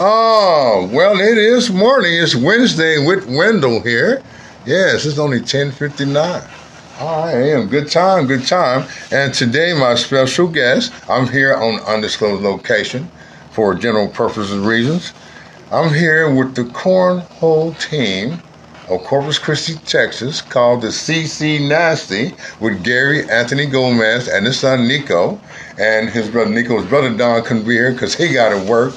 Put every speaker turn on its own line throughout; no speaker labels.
Oh, well, it is morning. It's Wednesday with Wendell here. Yes, it's only 10.59. I am. Good time, good time. And today, my special guest, I'm here on undisclosed location for general purposes and reasons. I'm here with the cornhole team of Corpus Christi, Texas, called the CC Nasty, with Gary Anthony Gomez and his son Nico, and his brother Nico's brother Don couldn't be here because he got to work.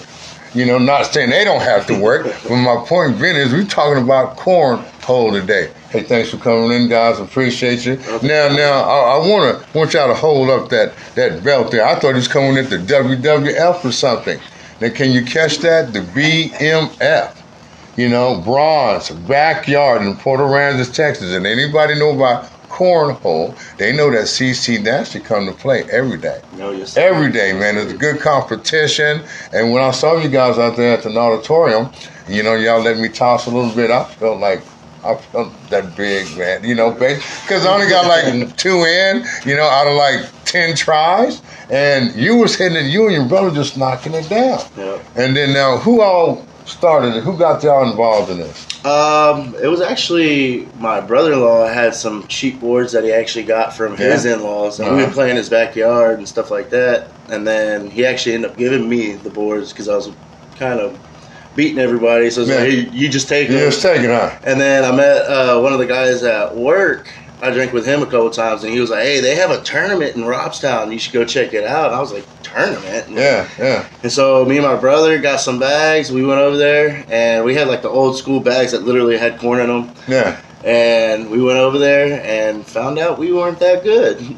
You know, not saying they don't have to work, but my point being is we're talking about cornhole today. Hey, thanks for coming in, guys. Appreciate you. Now, now, I, I wanna want y'all to hold up that that belt there. I thought it was coming at the WWF or something. Now, can you catch that? The BMF you know, bronze, backyard in Port Aransas, Texas. And anybody know about cornhole, they know that CC Nasty come to play every day.
No, yes. sir.
Every day, man. It's a good competition. And when I saw you guys out there at the auditorium, you know, y'all let me toss a little bit. I felt like I felt that big, man. You know, because I only got like two in, you know, out of like 10 tries. And you was hitting it, you and your brother just knocking it down.
Yep.
And then now, who all started it? Who got y'all involved in this?
Um, it was actually my brother-in-law had some cheap boards that he actually got from his
Yeah.
in-laws, and we
Uh-huh.
would play in his backyard and stuff like that. And then he actually ended up giving me the boards because I was kind of beating everybody. So it's like,
Yeah.
hey, you just take
You
them.
was taking, huh?
And then I met uh, one of the guys at work. I drank with him a couple times, and he was like, "Hey, they have a tournament in Robstown. You should go check it out." And I was like, "Tournament?
Yeah, yeah.
And so me and my brother got some bags. We went over there and we had like the old school bags that literally had corn in them.
Yeah.
And we went over there and found out we weren't that good.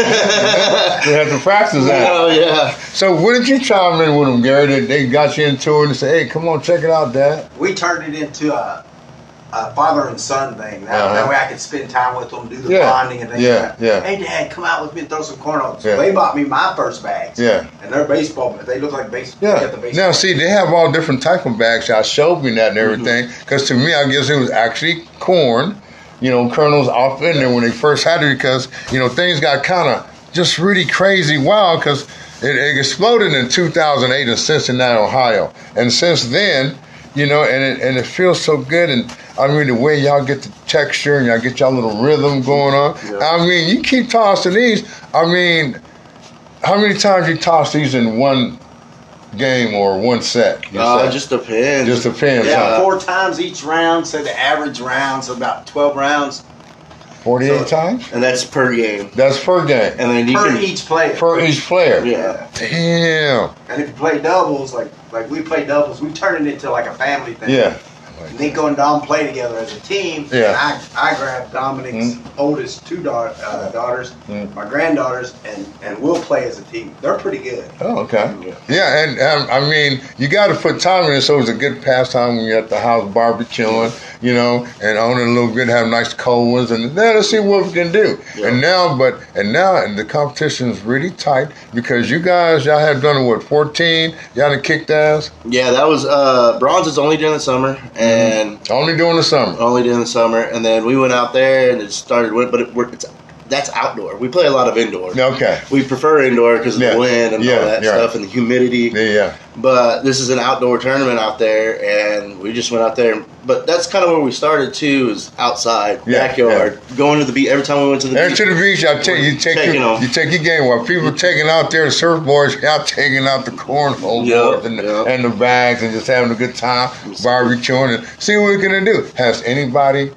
You had to practice Hmm? that.
oh yeah.
So when did you chime in with them, Gary? They, they got you into it and said, hey, come on, check it out, Dad.
we turned it into a, a father and son thing. That,
Uh-huh.
that way I could spend time with them, do the
Yeah.
bonding and things.
Yeah,
like that.
yeah.
Hey, Dad, come out with me and throw some cornholes.
Yeah.
They bought me my first bags.
Yeah.
And they're baseball, but they look like baseball. They got
Yeah.
the baseball.
Now, see, they have all different type of bags. Y'all showed me that and everything. Because to me, I guess it was actually corn, you know, kernels off in there when they first had it because, you know, things got kind of just really crazy wild because it, it exploded in 2008 in Cincinnati, Ohio. And since then, you know, and it, and it feels so good. And I mean, the way y'all get the texture and y'all get y'all little rhythm going on.
Yeah.
I mean, you keep tossing these. I mean, how many times you toss these in one game or one set? You
Uh,
said?
it just depends.
just depends.
yeah,
huh?
four times each round. So the average rounds about twelve rounds
Forty-eight
so-
times.
and that's per game.
That's per e- game
And then you
per
can
each player.
per each player.
yeah.
Damn.
and if you play doubles, like like we play doubles, we turned it into like a family thing.
Yeah.
Nico and Dom play together as a team.
Yeah. Mm-hmm.
And I, I grabbed Dominic's oldest two da- uh, daughters,
Mm.
my granddaughters, and, and we'll play as a team. They're pretty good.
Oh, okay. Yeah, and um, I mean, you got to put time in it, so it's a good pastime when you're at the house barbecuing, you know, and owning a little bit, have nice cold ones, and then let's see what we can do.
Yeah.
And now, but and now, and the competition's really tight because you guys, y'all have done what, 14? Y'all done kicked ass?
Yeah, that was uh bronze is only during the summer and
Only during the summer.
only during the summer and then we went out there and it started but it, we're, it's that's outdoor. We play a lot of indoor.
Okay.
We prefer indoor because of
Yeah.
the wind and
Yeah,
all that
yeah.
stuff and the humidity.
Yeah.
But this is an outdoor tournament out there, and we just went out there. But that's kind of where we started too, is outside,
Yeah,
backyard, going to the beach. Every time we went to the
There
beach,
to the beach, I take you take
Taking
your,
off.
you take your game. While people taking out their surfboards, y'all taking out the cornhole
Yup,
boards and, the-
yup.
and the bags and just having a good time, barbecuing and see what we can do. Has anybody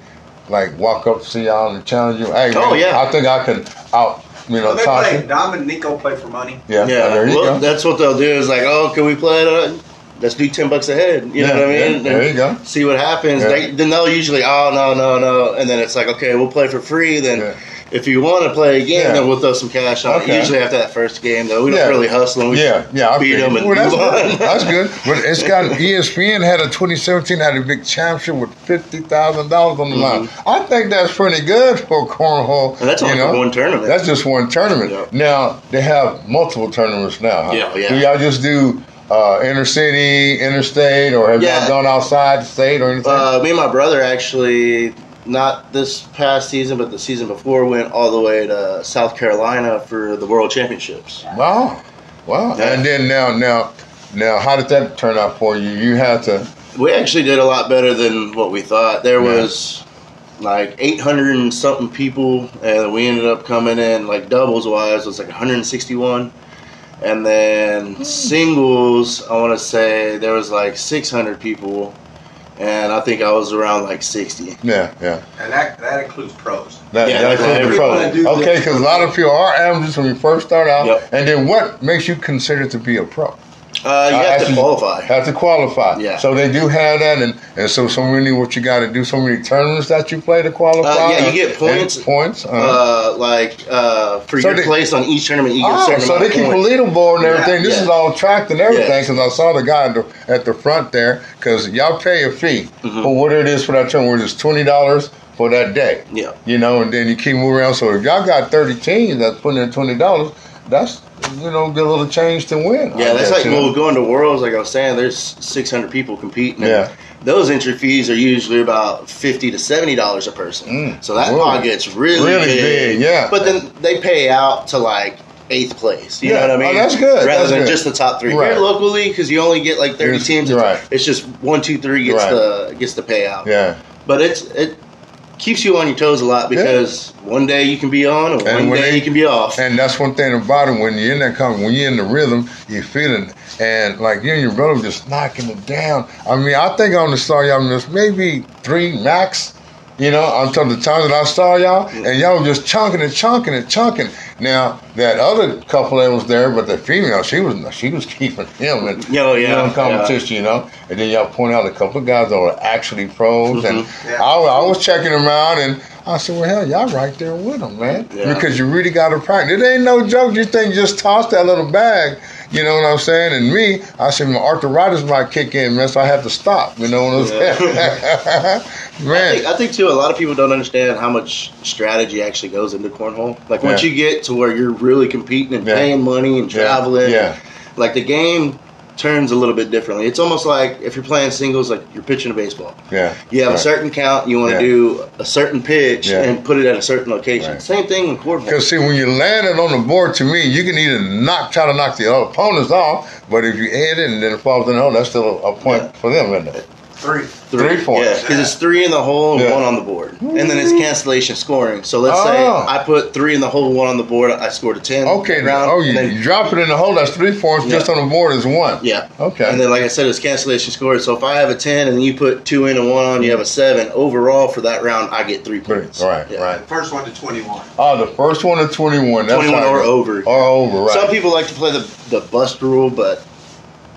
like walk up to y'all and challenge you? Hey,
Oh,
man,
yeah.
I think I can out you know
So they
toss
play.
it.
Dom and Nico play for money.
Oh, Yeah,
yeah,
there you
well,
go.
that's what they'll do. Is like, oh, can we play? It? Let's do ten bucks a head. You
Yeah,
know what I
yeah,
mean?
there you go.
See what happens.
Yeah.
They, then they'll usually, oh no, no, no, and then it's like, okay, we'll play for free. Then
Yeah.
if you want to play again,
Yeah.
then we'll throw some cash on. it.
Okay.
Usually after that first game, though, we
Yeah.
don't really hustle. We
Yeah, yeah, I
beat
figured.
them and
well, that's,
move
good.
on.
that's good. But it's got E ESPN had a 2017 had a big championship with fifty thousand dollars on the line. I think that's pretty good for cornhole.
And Mm-hmm. that's
you
only
know?
for one tournament.
That's just one tournament.
Yeah.
Now they have multiple tournaments now. huh?
Yeah, yeah.
Do y'all just do uh, inner city, interstate, or have
Yeah.
y'all gone outside the state or anything?
Uh, me and my brother actually, not this past season, but the season before, went all the way to South Carolina for the World Championships.
wow, wow.
Yeah.
And then now, now Now, how did that turn out for you? You had to.
We actually did a lot better than what we thought. There
Yeah.
was like 800 and something people, and we ended up coming in like doubles wise was like 161, and then
Hmm.
singles I want to say there was like 600 people, and I think I was around like 60.
Yeah, yeah.
And that, that includes pros.
That,
Yeah,
that's
that's
what
what
we
everybody do.
Okay, because a lot of people are amateurs when you first start out.
Yep.
And then what makes you considered to be a pro?
Uh, you
I
have to
actually-
qualify.
Have to qualify.
Yeah.
So they do have that, and, and so so many what you got to do, so many tournaments that you play to qualify.
Uh, yeah, you get
and
points.
Points. Uh,
uh, like uh, for
So
your
they-
place on each tournament, you get a
oh,
certain
so
amount
they
of
keep a
points.
leaderboard and
Yeah,
everything. This
yeah.
is all tracked and everything
Yes.
because I saw the guy at the, at the front there because y'all pay a fee
Mhm.
for what it is for that tournament, which is twenty dollars for that day.
Yeah,
you know, and then you keep moving around. So if y'all got thirty teams that's putting in twenty dollars, that's you know, get a little change to win.
yeah,
I
that's
guess,
like
you know.
well, going to worlds. Like I was saying, there's 600 people competing. and
Yeah.
those entry fees are usually about 50 to 70 dollars a person.
Mm,
so that
whoa.
pocket's really,
Really
big.
big, yeah.
But then they pay out to like. Eighth place, you
Yeah.
know what I mean?
Oh, that's good,
Rather
that's
than
good.
just the top three
Right.
here locally, because you only get like thirty
Yes,
teams.
right.
It's just one, two, three gets
Right.
the gets the payout.
yeah.
But it's it keeps you on your toes a lot because one day you can be on and,
And
one
when
day
they-
you can be off.
And that's one thing about it. When you're in that company, when you're in the rhythm, you're feeling and like you and your brother just knocking it down. I mean, I think on the star y'all missed maybe three max. You know, until the time that I saw y'all, and y'all were just chunking and chunking and chunking. Now that other couple that was there, but the female, she was she was keeping him and
Yo, yeah,
you know,
yeah.
competition, you know. And then y'all point out a couple of guys that were actually
Mm-hmm.
pros, and
Yeah.
I, wa- I was checking them out, and I said, well, hell, y'all right there with them, man,
Yeah.
because you really got to practice. It ain't no joke. You think just toss that little bag, you know what I'm saying? And me, I said my arthritis might kick in, man, so I have to stop. You know what I'm saying?
I
man,
think, I think too. A lot of people don't understand how much strategy actually goes into cornhole. Like once
Yeah.
you get to where you're really competing and
Yeah.
paying money and
Yeah.
traveling,
Yeah.
like the game turns a little bit differently. It's almost like if you're playing singles, like you're pitching a baseball.
yeah,
You have a
Right.
certain count. You want to
Yeah.
do a certain pitch
Yeah.
and put it at a certain location.
Right.
Same thing in cornhole.
Because see, when you land it on the board, to me, you can either knock, try to knock the other opponents off, but if you add it and then it falls in the hole, that's still a, a point
Yeah.
for them, isn't it?
Three.
three points.
Yeah, because it's three in the hole and
Yeah.
one on the board, and then it's cancellation scoring. So let's say
Oh.
I put three in the hole, one on the board. I scored a ten.
Okay,
round,
oh,
and
you,
then-
you drop it in the hole, that's three points.
Yeah.
Just on the board is one.
Yeah.
Okay.
And then, like I said, it's cancellation scores. So if I have a 10 and you put two in and one on, you have a seven. Overall, for that round, I get three
Three.
points.
Right,
Yeah.
right.
The first one to 21.
Oh, the first one to 21. That's
21
how it
or
goes.
over.
Or over, right.
Some people like to play the, the bust rule, but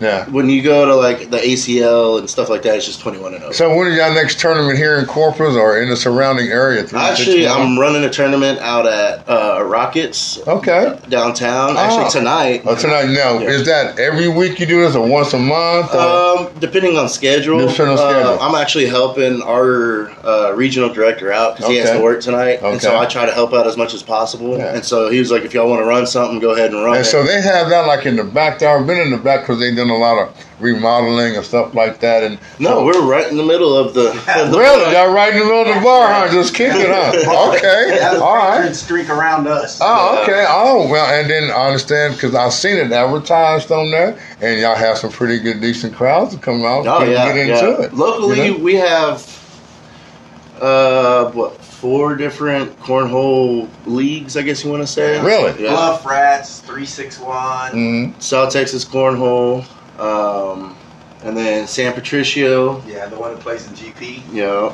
yeah.
when you go to like the ACL and stuff like that, it's just 21 and over.
So when is y'all next tournament here in Corpus or in the surrounding area? Three,
Actually,
six, nine?
I'm running a tournament out at uh, Rockets
Okay.
downtown.
Ah.
Actually, tonight.
Oh, tonight, now,
Yeah.
is that every week you do this or once a month? Or?
Um, depending on schedule,
Depending on
uh,
schedule.
I'm actually helping our uh, regional director out because he has
Okay.
to work tonight, and so
Okay.
I try to help out as much as possible.
Yeah.
And so he was like, "If y'all want to run something, go ahead and run."
And
it."
so they have that like in the back. there. I've been in the back because they done a lot of remodeling and stuff like that. And
no, we're right in the middle of the. of the
really y'all right in the middle of the bar, huh? Just kicking, huh?
That
Okay,
was
all
a
right.
good streak around us.
Oh, okay. Oh, well, and then I understand because I've seen it advertised on there, and y'all have some pretty good, decent crowds to come out.
Oh
and
yeah,
get
yeah.
into it.
Locally,
you know?
we have uh, what four different cornhole leagues? I guess you want to say.
Really?
Yeah.
Bluff Rats, 361.
Mhm.
South Texas cornhole, um, and then San Patricio.
Yeah, the one that plays in GP.
You know,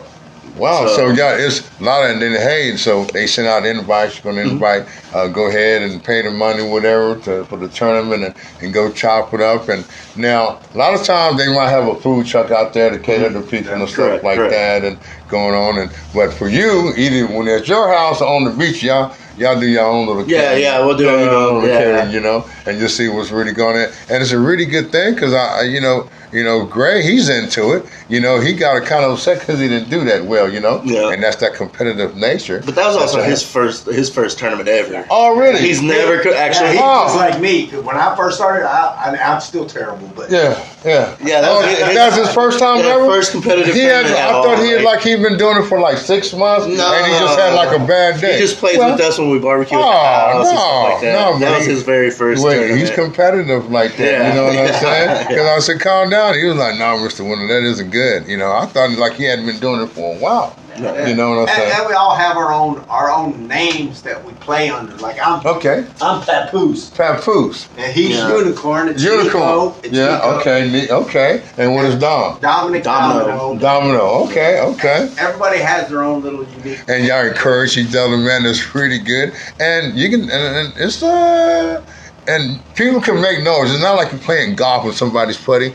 Wow. So,
So-
yeah, it's a lot of and then hey, so they send out invites. You're
Mm-hmm.
gonna invite, uh, go ahead and pay the money, whatever, to, for the tournament, and, and go chop it up. And now a lot of times they might have a food truck out there to cater to people and stuff
Mm-hmm. Correct,
like
correct.
that, and going on. And but for you, either when it's your house or on the beach, y'all. Y'all do your own little
Yeah,
catering.
yeah, we'll do
Y'all
it, you
your own
know,
little
yeah.
catering, you know, and just see what's really going on. And it's a really good thing because I, I- you know, You know, Gray, he's into it. You know, he got kind of upset because he didn't do that well. You know,
Yeah.
and that's that competitive nature.
But that was also
That's
his first his first tournament ever.
already.
He's never co- actually.
Yeah, he
he-
Oh.
was like me. 'cause When I first started, I, I, I'm still terrible, but
yeah, yeah,
Yeah, that
Oh,
was
That's,
his-
his first time
yeah,
ever.
first competitive
He had, I
tournament at all,
thought he had like he'd been doing it for like six months,
No,
and he
no,
just
no,
had like
no.
a bad day.
He just plays
Well,
with us when we barbecue at the
Oh,
house and stuff like
no,
that.
no,
that
man.
was his very first
Wait,
tournament.
he's competitive like that.
Yeah.
You know what I'm
Yeah.
saying? Because I said, calm down. He was like, no, Mr. Winter, that isn't good. You know, I thought like he hadn't been doing it for a while.
Yeah.
You know what
and,
I'm saying?
and we all have our own our own names that we play under. Like I'm
Okay.
I'm Papoose,
Papoose.
and he's
Yeah.
Unicorn. It's
Unicorn.
Nico, it's
Yeah,
Nico.
okay. ne- Okay. And what is Dom?
Dominic
Domino.
Domino.
Domino. Okay, okay.
Everybody has their own little unique.
And y'all encourage each other, man. It's pretty good. And you can, and, and it's, uh, and people can make noise. It's not like you're playing golf with somebody's putting.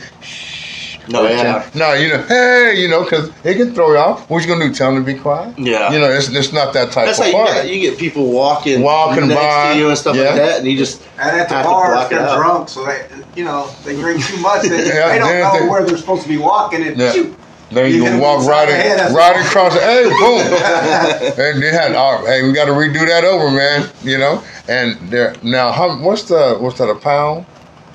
no, yeah.
No, you know, hey, you know, because it can throw you off. What you gonna do? Tell them to be quiet?
Yeah.
You know, it's, it's not that type
That's how
of
you get,
party.
you get people walking,
Walking
next
by,
to you and stuff
yeah.
like that, and you just
And at the
Have to
bar,
block
if they're
it out.
drunk, so they you know they drink too much. They,
Yeah,
they
then
don't know
they-
where they're supposed to be walking. And
Yeah.
phew,
Then
you
you,
hit
can
them
walk
upside
right,
the head,
in,
that's-
right across. Hey, boom! and they had, oh, hey, we got to redo that over, man. You know. And there now, how, what's the what's that? A pound?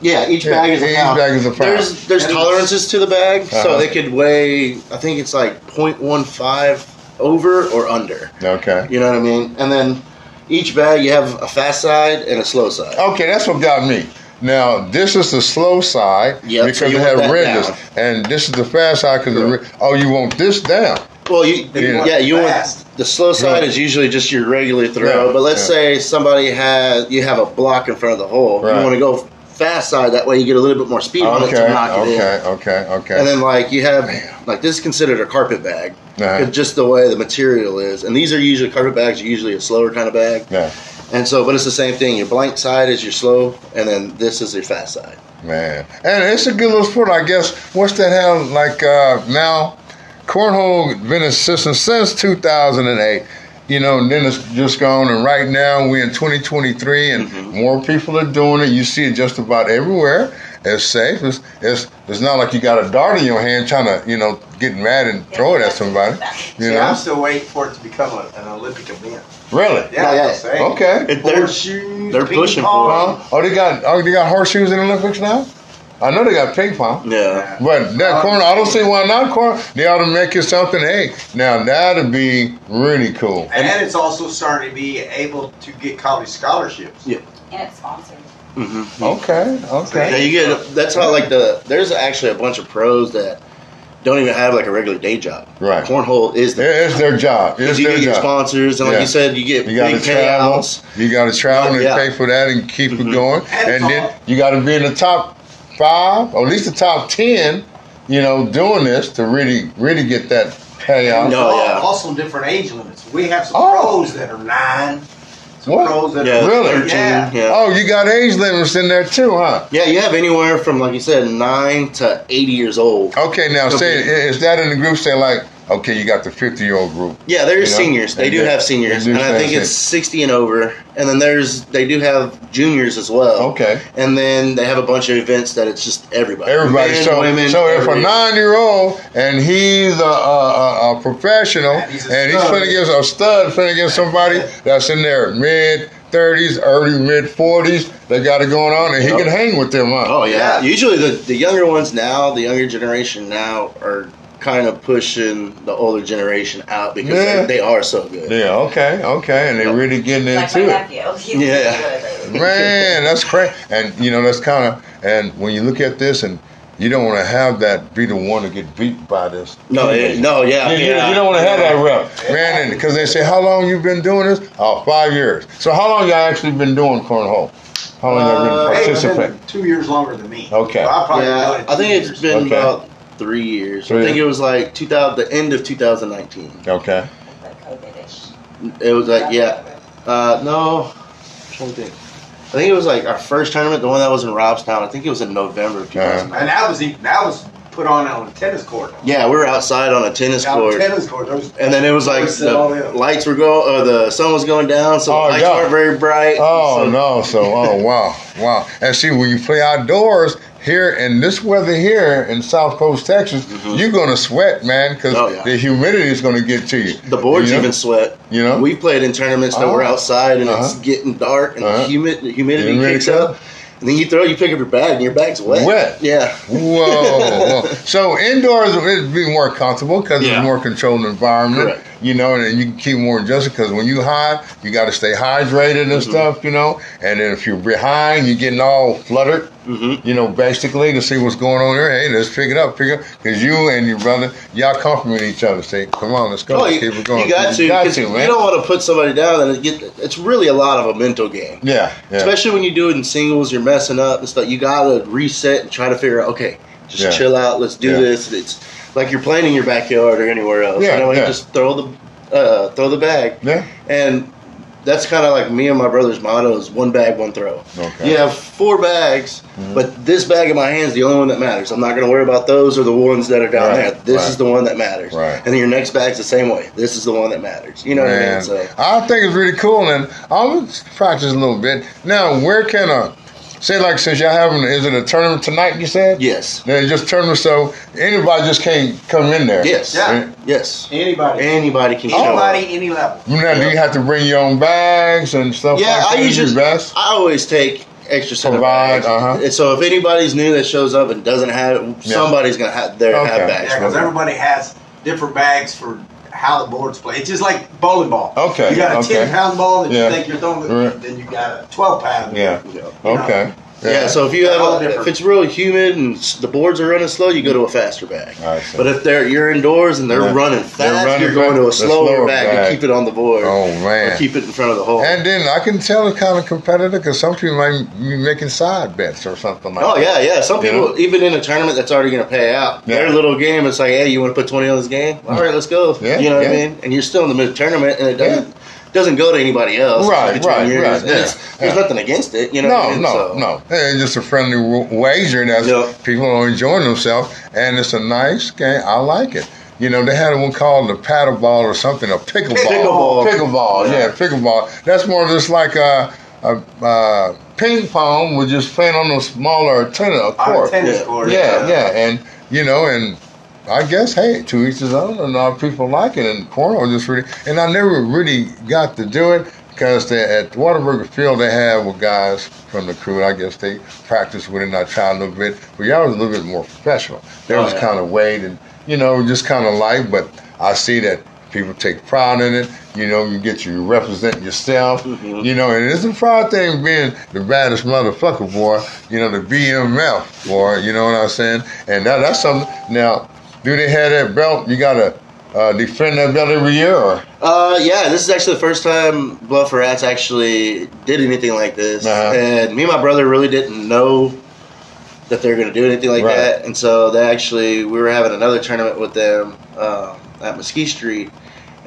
yeah, each
Yeah,
bag is a
each
pound.
bag is a pound.
There's there's
And-
tolerances to the bag,
Uh-huh.
so they could weigh. I think it's like 0.15 over or under.
Okay.
You know what I mean? And then each bag you have a fast side and a slow side.
Okay, that's what got me. Now this is the slow side
Yep, so
because
you
it
want
had
that
renders,
down.
and this is the fast side because the re- oh, you want this down?
Well, you,
Yeah.
yeah, you
Fast.
want the slow side
Yeah.
is usually just your regular throw,
Yeah,
but let's
yeah.
say somebody has you have a block in front of the hole,
Right.
you want to go fast side that way you get a little bit more speed on it
Okay,
to knock it in.
okay, okay, okay.
And then like you have like this is considered a carpet bag,
Uh-huh.
just the way the material is. And these are usually carpet bags are usually a slower kind of bag,
yeah,
and so but it's the same thing. Your blank side is your slow, and then this is your fast side.
Man, and it's a good little sport, I guess. What's the hell like uh, now? Cornhole been in system since 2008. You know, and then it's just gone, and right now we're in 2023, and
Mm-hmm.
more people are doing it. You see it just about everywhere. It's safe. It's it's, it's not like you got a dart in your hand trying to you know get mad and throw it at somebody. You
see, I'm
know,
still waiting for it to become a, an Olympic event.
really?
Yeah,
Yeah,
I'm
yeah.
saying.
Okay.
It- they're-
Horseshoes,
they're
ping
pushing for it.
pong.
Huh? Oh, they got oh they got horseshoes in the Olympics now. I know they got ping pong.
yeah,
But that corner, I don't see why not corner. They ought to make it something. Hey, now that'd be really cool.
And it's also starting to be able to get college scholarships.
Yeah.
And it's sponsored.
hmm
Okay,
Yeah,
okay.
you get. That's how like the there's actually a bunch of pros that don't even have like a regular day job.
Right.
Cornhole is
It-
the.
It's their job. It's
you
their
get your
job.
sponsors, and like
Yeah.
you said, you get
You got to
big
travel.
payouts.
You got to travel and
Yeah. Mm-hmm.
pay for that and keep it going.
And
And then
all-
you got to be in the top five, or at least the top ten. You know, doing this to really, really get that payout.
No.
Al-
yeah.
Also, different age limits. We have some
Oh.
pros that are nine, some
What?
pros that
Yeah,
are
Really?
13,
Yeah.
yeah. yeah.
Oh, you got age limits in there too, huh?
you have anywhere from like you said nine to eighty years old.
Okay, now
Could
say,
be.
is that in the group? Say like, okay, you got the fifty-year-old group.
Yeah, they're
You know,
seniors. They
they
do
do-
have seniors,
they do
and I
have
think it's
seniors.
sixty and over. And then there's they do have juniors as well.
Okay.
And then they have a bunch of events that it's just everybody.
Everybody.
Men,
so,
women,
so if a
everybody.
nine-year-old and he's a, a, a, a professional
And he's a
and he's
stud.
playing against a stud, playing against somebody that's in their mid thirties, early mid forties, they got it going on, and he
Yep.
can hang with them, huh?
Oh yeah.
Yeah.
Usually the, the younger ones now, the younger generation now are kind of pushing the older generation out because
Yeah.
they, they are so good.
Yeah. Okay. Okay. And they really getting
Like
into
my
it.
nephew. He's
Yeah.
really good.
Man, that's crazy. And you know, that's kind of. And when you look at this, and you don't want to have that be the one to get beat by this.
No,
teenager.
yeah, no, yeah.
You, you-
yeah.
you don't want to have that rep, man, because they say how long you been doing this? Oh, five years. So how long y'all actually been doing cornhole? How long y'all
Uh,
been
Hey, they've
participating?
been two years longer than me.
Okay.
So I probably know
Yeah,
it
I
two
think it's
years.
been
Okay.
about three years.
Three.
I think it was like 2000, the end of 2019.
okay,
Like COVID-ish.
It was like, yeah. Uh, no, I'm trying to think. I think it was like our first tournament, the one that was in Robstown. I think it was in November
Uh-huh.
of 2019.
And that was even, that was put on on a tennis court.
Yeah, we were outside on a tennis
Out
court.
on a tennis court. There was
And then it was like
Where's it all
the
at?
lights were going, uh, the sun was going down, so
Oh,
the lights
yeah.
weren't very bright.
Oh
So-
no, so oh wow, wow. And see, when you play outdoors, here in this weather here in South Coast Texas, you're gonna sweat, man, because
Mm-hmm. Oh, yeah.
the humidity is gonna get to you.
The boards
you know?
even sweat.
You know?
we played in tournaments that were
Uh-huh.
outside and it's
Uh-huh.
getting dark and
Uh-huh.
the humid the humidity
Humidity
kicks up. And then you throw, you pick up your bag and your bag's wet.
Wet.
Yeah.
Whoa, whoa. So indoors it'd be more comfortable because
Yeah.
it's more controlled environment.
Correct.
You know, and you can keep more adjusted because when you hide, you got to stay hydrated and
Mm-hmm.
stuff. You know, and then if you're behind, you're getting all fluttered.
Mhm.
You know, basically to see what's going on there. Hey, let's pick it up, pick it up, because you and your brother, y'all compliment each other. Say, come on, let's go,
Oh,
let's
you,
keep it going.
you got to.
you got
'cause
to,
you
man.
don't want to put somebody down, and it get, it's really a lot of a mental game.
yeah, yeah.
Especially when you do it in singles, you're messing up and stuff. You gotta reset and try to figure out. Okay, just
Yeah.
chill out. Let's do
Yeah.
this. It's like you're playing in your backyard or anywhere else.
Yeah,
you know,
yeah.
you just throw the uh, throw the bag.
Yeah.
And that's kind of like me and my brother's motto is one bag, one throw.
Okay. Mm-hmm.
You have four bags, but this bag in my hand is the only one that matters. I'm not going to worry about those or the ones that are down
Right,
there. This
right.
is the one that matters.
Right.
And then your next bag's the same way. This is the one that matters. You know what I mean?
Man,
So
I think it's really cool, and I'm gonna practice a little bit. Now, where can I say, like, since y'all having is it a tournament tonight? You said
yes,
Then just tournament, so anybody just can't come in there.
yes,
Yeah.
yes.
Anybody.
Anybody can show
Anybody,
up.
any level.
Now, do you have to bring your own bags and stuff?
Yeah,
like
I
that? Is
usually
your best.
I always take extra set of
Provide,
bags.
uh-huh.
And So if anybody's new that shows up and doesn't have it,
Yeah.
somebody's going to have their
Okay.
have
Yeah,
bags.
because everybody has different bags for how the boards play. It's just like bowling ball.
Okay,
You got a
okay.
10 pound ball that
Yeah.
you think you're throwing,
Right.
then you got a 12 pound.
Yeah.
You know.
Okay.
Yeah. so if you
They're all
have a,
different.
if it's real humid and s- the boards are running slow, you go to a faster bag.
I see.
But if they're you're indoors and they're
Yeah.
running
They're
fast,
running
you're going to a
back- the
slower,
slower
bag,
bag.
and keep it on the board.
Oh,
Or
man.
keep it in front of the hole.
And then I can tell it's kind of competitive because some people might be making side bets or something like
oh
that.
yeah, yeah. Some
You
people even in a tournament that's already going to pay out.
Yeah.
Their little game, it's like, hey, you want to put twenty on this game? All right, let's go.
Yeah,
you know what
yeah.
I mean? And you're still in the mid tournament, and it
Yeah.
doesn't doesn't go to anybody else. It's
Right,
like between
right,
yours.
right,
And
yeah,
it's- There's
yeah.
nothing against it. You know? what I
No,
mean?
no,
So-
no. It's just a friendly w- wager that's
Yep.
people are enjoying themselves, and it's a nice game. I like it. You know, they had one called the paddle ball or something, a pickleball.
Pickleball.
Pickleball, yeah,
Yeah.
pickleball. That's more just like a, a, uh ping pong. We're just playing on a smaller tennis a
On a
court.
tennis
Yeah.
court.
Yeah, yeah, and you know, and I guess hey, to each his own, and all people like it. And cornhole just really, and I never really got to do it because they, at Waterburger Field they had with guys from the crew. I guess they practiced with it, and I tried a little bit. But y'all was a little bit more professional. They
Oh,
was
yeah.
kind of weighed and you know just kind of light, but I see that. People take pride in it, you know. You get you represent yourself,
Mhm.
you know. And it's a proud thing being the baddest motherfucker, boy. You know the BMF, boy. You know what I'm saying? And that, that's something. Now, do they have that belt? You gotta uh, defend that belt every year. Or?
Uh, yeah, this is actually the first time Bluff Rats actually did anything like this.
Uh-huh.
And me and my brother really didn't know that they were going to do anything like
Right.
that. And so they actually, we were having another tournament with them um, at Mesquite Street.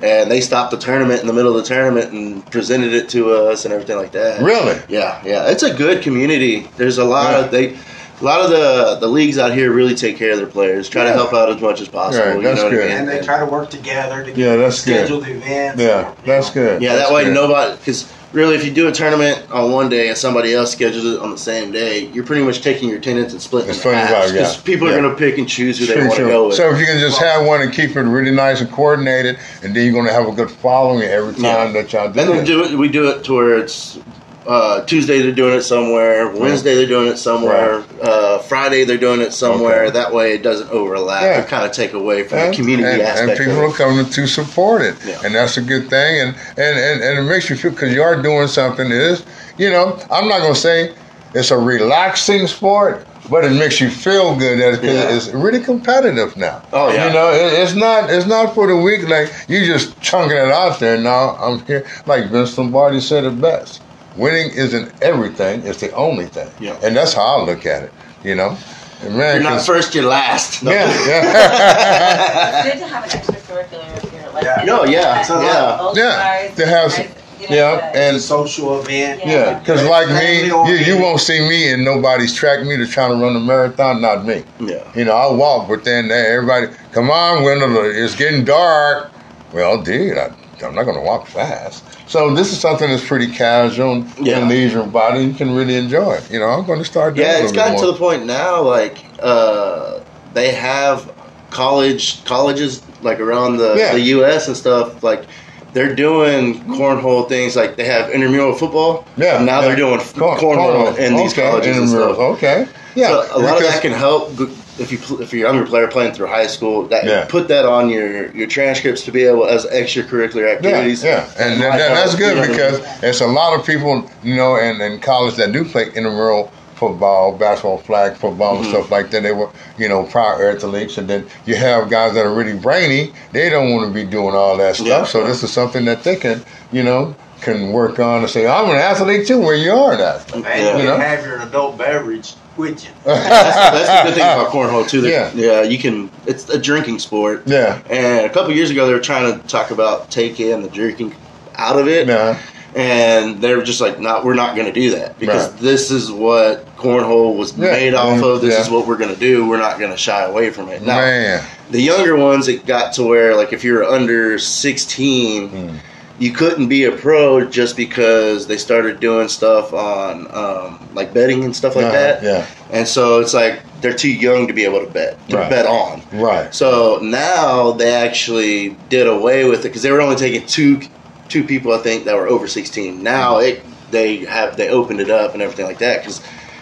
And they stopped the tournament in the middle of the tournament and presented it to us and everything like that.
Really?
Yeah, yeah. It's a good community. There's a lot
Yeah.
of they, a lot of the the leagues out here really take care of their players, try
Yeah.
to help out as much as possible.
Right,
you
that's
know what I
good.
mean?
And they try to work together to
Yeah, that's good.
schedule the events.
Yeah, that's good.
Yeah,
That's
that way
good.
nobody. Because really, if you do a tournament on one day and somebody else schedules it on the same day, you're pretty much taking your attendance and splitting
It's
it in half.
funny, yeah.
Because people
Yeah.
are going to pick and choose who they
Sure,
want to
sure.
go with.
So if you can just have one and keep it really nice and coordinated, and then you're gonna have a good following every time
Yeah.
that y'all do
and
it.
then do it. We do it towards. Uh, Tuesday they're doing it somewhere. Wednesday they're doing it somewhere. Uh, Friday they're doing it somewhere.
Okay.
That way it doesn't overlap.
Yeah.
It kind of take away from
And-
the community
and,
aspect.
And people
of it.
are coming to support it,
Yeah.
and that's a good thing. And and and, and it makes you feel because you are doing something. that is you know I'm not gonna say it's a relaxing sport, but it makes you feel good. That it-
Yeah.
it's really competitive now.
Oh, yeah.
You know it, it's not it's not for the weak. Like you just chunking it out there. Now I'm here. Like Vince Lombardi said it best. Winning isn't everything; it's the only thing.
Yeah.
And that's how I look at it. You know, And man.
You're not
'cause-
first, you're last. No.
yeah, yeah.
It's good to have an extracurricular here. Like,
Yeah.
No, yeah, uh,
like,
yeah.
both
Yeah,
sides,
to have some-
you know,
Yeah,
the-
A
and
social event.
Yeah.
yeah, because
Yeah.
like me,
Family or
you, you
anything.
won't see me in nobody's track meet or trying to run a marathon. Not me.
yeah.
You know, I walk, but then eh, everybody, come on, Wendell, it's getting dark. Well, dude, I, I'm not going to walk fast. So this is something that's pretty casual and
Yeah.
leisure body. You can really enjoy. You know, I'm going to start doing.
Yeah,
it a
it's
little
gotten
bit
to
more.
the point now. Like uh, they have college colleges like around the,
Yeah.
the U.S. and stuff. Like they're doing cornhole things. Like they have intramural football.
Yeah,
and now
yeah.
they're doing f- cornhole, in these
okay,
colleges and
intramurals,
stuff.
Okay, yeah,
so a lot of
because-
that can help g- if you pl- if you're a younger player playing through high school. That
Yeah.
put that on your your transcripts to be able as extracurricular
Yeah,
activities.
yeah, and
Might
that, that- that's
help, you know what
good
I mean?
because it's a lot of people you know in, in college that do play intramural football, basketball, flag football,
Mm-hmm.
and stuff like that. They were you know prior athletes, and then you have guys that are really brainy. They don't want to be doing all that stuff.
Yeah.
So this is something that they can you know can work on and say, I'm an athlete too. Where you are an athlete.
And
Yeah.
you
You know?
can have your adult beverage with you.
that's, that's the good thing about cornhole too.
Yeah.
That, yeah, you can. It's a drinking sport.
Yeah.
And a couple years ago, they were trying to talk about taking the drinking out of it,
Nah.
and they were just like, "Not, we're not going to do that because
Right.
this is what cornhole was
Yeah.
made off
Mm,
of. This
yeah.
is what we're going to do. We're not going to shy away from it." Now,
Man.
the younger ones, it got to where like if you're under 16,
Mm.
you couldn't be a pro just because they started doing stuff on um, like betting and stuff like
Nah,
that.
Uh-huh. Yeah.
And so it's like they're too young to be able to bet to
Right.
bet on.
Right.
So now they actually did away with it because they were only taking two two people, I think, that were over sixteen. Now
Mm-hmm.
it they have they opened it up and everything like that because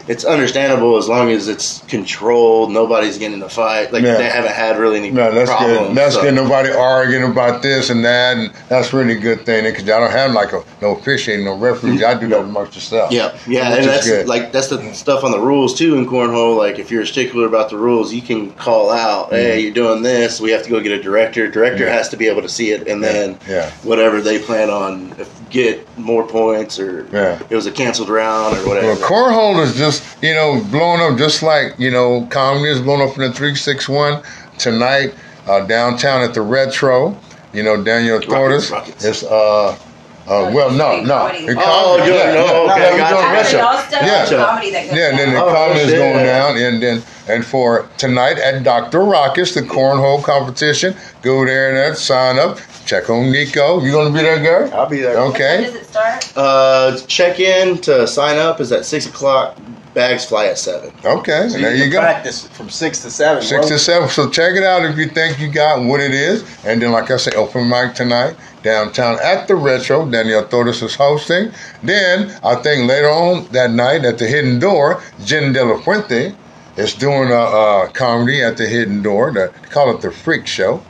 it's understandable as long as it's controlled. Nobody's getting in a fight. Like
Yeah.
they haven't had really any
No, that's
problems.
good. That's
so-
good. Nobody arguing about this and that, and that's really a good thing because I don't have like a no officiating, no referee. I do that amongst yourself.
Mm-hmm. Yeah, yeah,
Which
and
is
that's
good.
like that's the stuff on the rules too in cornhole. Like if you're a stickler about the rules, you can call
Mm-hmm.
out, "Hey, you're doing this. We have to go get a director. Director
Yeah.
has to be able to see it, and then
Mm-hmm. yeah,
whatever they plan on if get more points or
Yeah.
it was a canceled round or
Well,
whatever.
cornhole is just you know blowing up just like you know comedy is blowing up in the three six one tonight uh, downtown at the Retro. You know Daniel Torres.
Rockets.
It's uh, uh well no no
Oh,
Comedy,
you're-
yeah,
no,
yeah,
okay,
yeah, we're
gotcha.
doing
I heard
retro.
it all stuff
Yeah.
on comedy that goes
Yeah, and then
down.
the
Oh,
comedy is
shit.
going down, and then and for tonight at Doctor Rockets, the cornhole competition. Go there and that sign up. Check on Nico. You gonna be there, girl?
I'll be there.
When
Okay.
does it start?
Uh, check in to sign up is at six o'clock. Bags fly at seven.
Okay.
So
there
you,
you
can
go.
Practice from six to seven.
Six
bro.
to seven. So check it out if you think you got what it is. And then, like I say, open mic tonight downtown at the Retro. Daniel Torres is hosting. Then I think later on that night at the Hidden Door, Jen De La Fuente is doing a, uh comedy at the Hidden Door. The, they call it the Freak Show.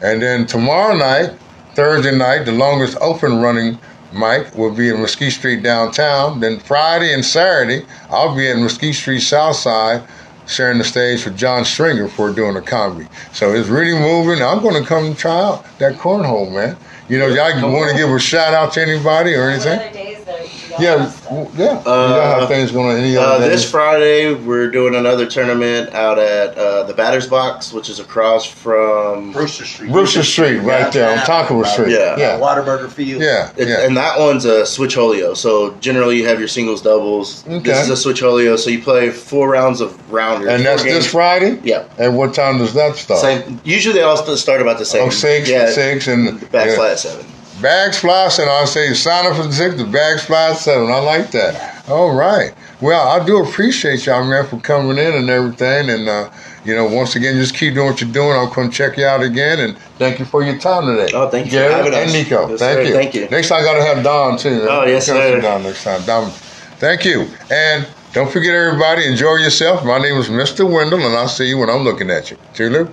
And then tomorrow night, Thursday night, the longest open running mic will be in Mesquite Street downtown. Then Friday and Saturday, I'll be at Mesquite Street Southside sharing the stage with John Stringer for doing a comedy. So it's really moving. I'm going to come and try out that cornhole, man. You know, y'all want to give a shout out to anybody or
What
anything?
other days though? do y'all
Yeah,
have stuff?
w- yeah. you know
Uh,
how things going to any
Uh,
other day?
this Friday we're doing another tournament out at uh, the Batters Box, which is across from.
Brewster Street.
Rooster Street, right
Yeah.
there on Taco Street.
Yeah.
yeah,
Waterburger Field.
yeah,
It,
yeah.
And that one's a switch holio. So generally you have your singles doubles.
Okay.
This is a switch holio. So you play four rounds of rounders.
And
four
that's
games.
this Friday.
Yeah.
And what time does that start?
Same. Usually they all st- start about the same.
Oh, six,
Yeah.
six, and
Back
yeah.
fly at seven.
Bags fly seven. I say sign up for six. The bags fly seven. I like that. All right. Well, I do appreciate y'all, man, for coming in and everything. And uh, you know, once again, just keep doing what you're doing. I'll come check you out again. And thank you for your time today.
Oh, thank you for
Jared
having us.
and Nico.
Yes,
thank
sir.
you.
Thank you.
Next time, I gotta have Don too.
Oh, yes,
Come sit
sir.
Don next time. Don. Thank you. And don't forget, everybody, enjoy yourself. My name is Mr. Wendell, and I'll see you when I'm looking at you. Toodaloo.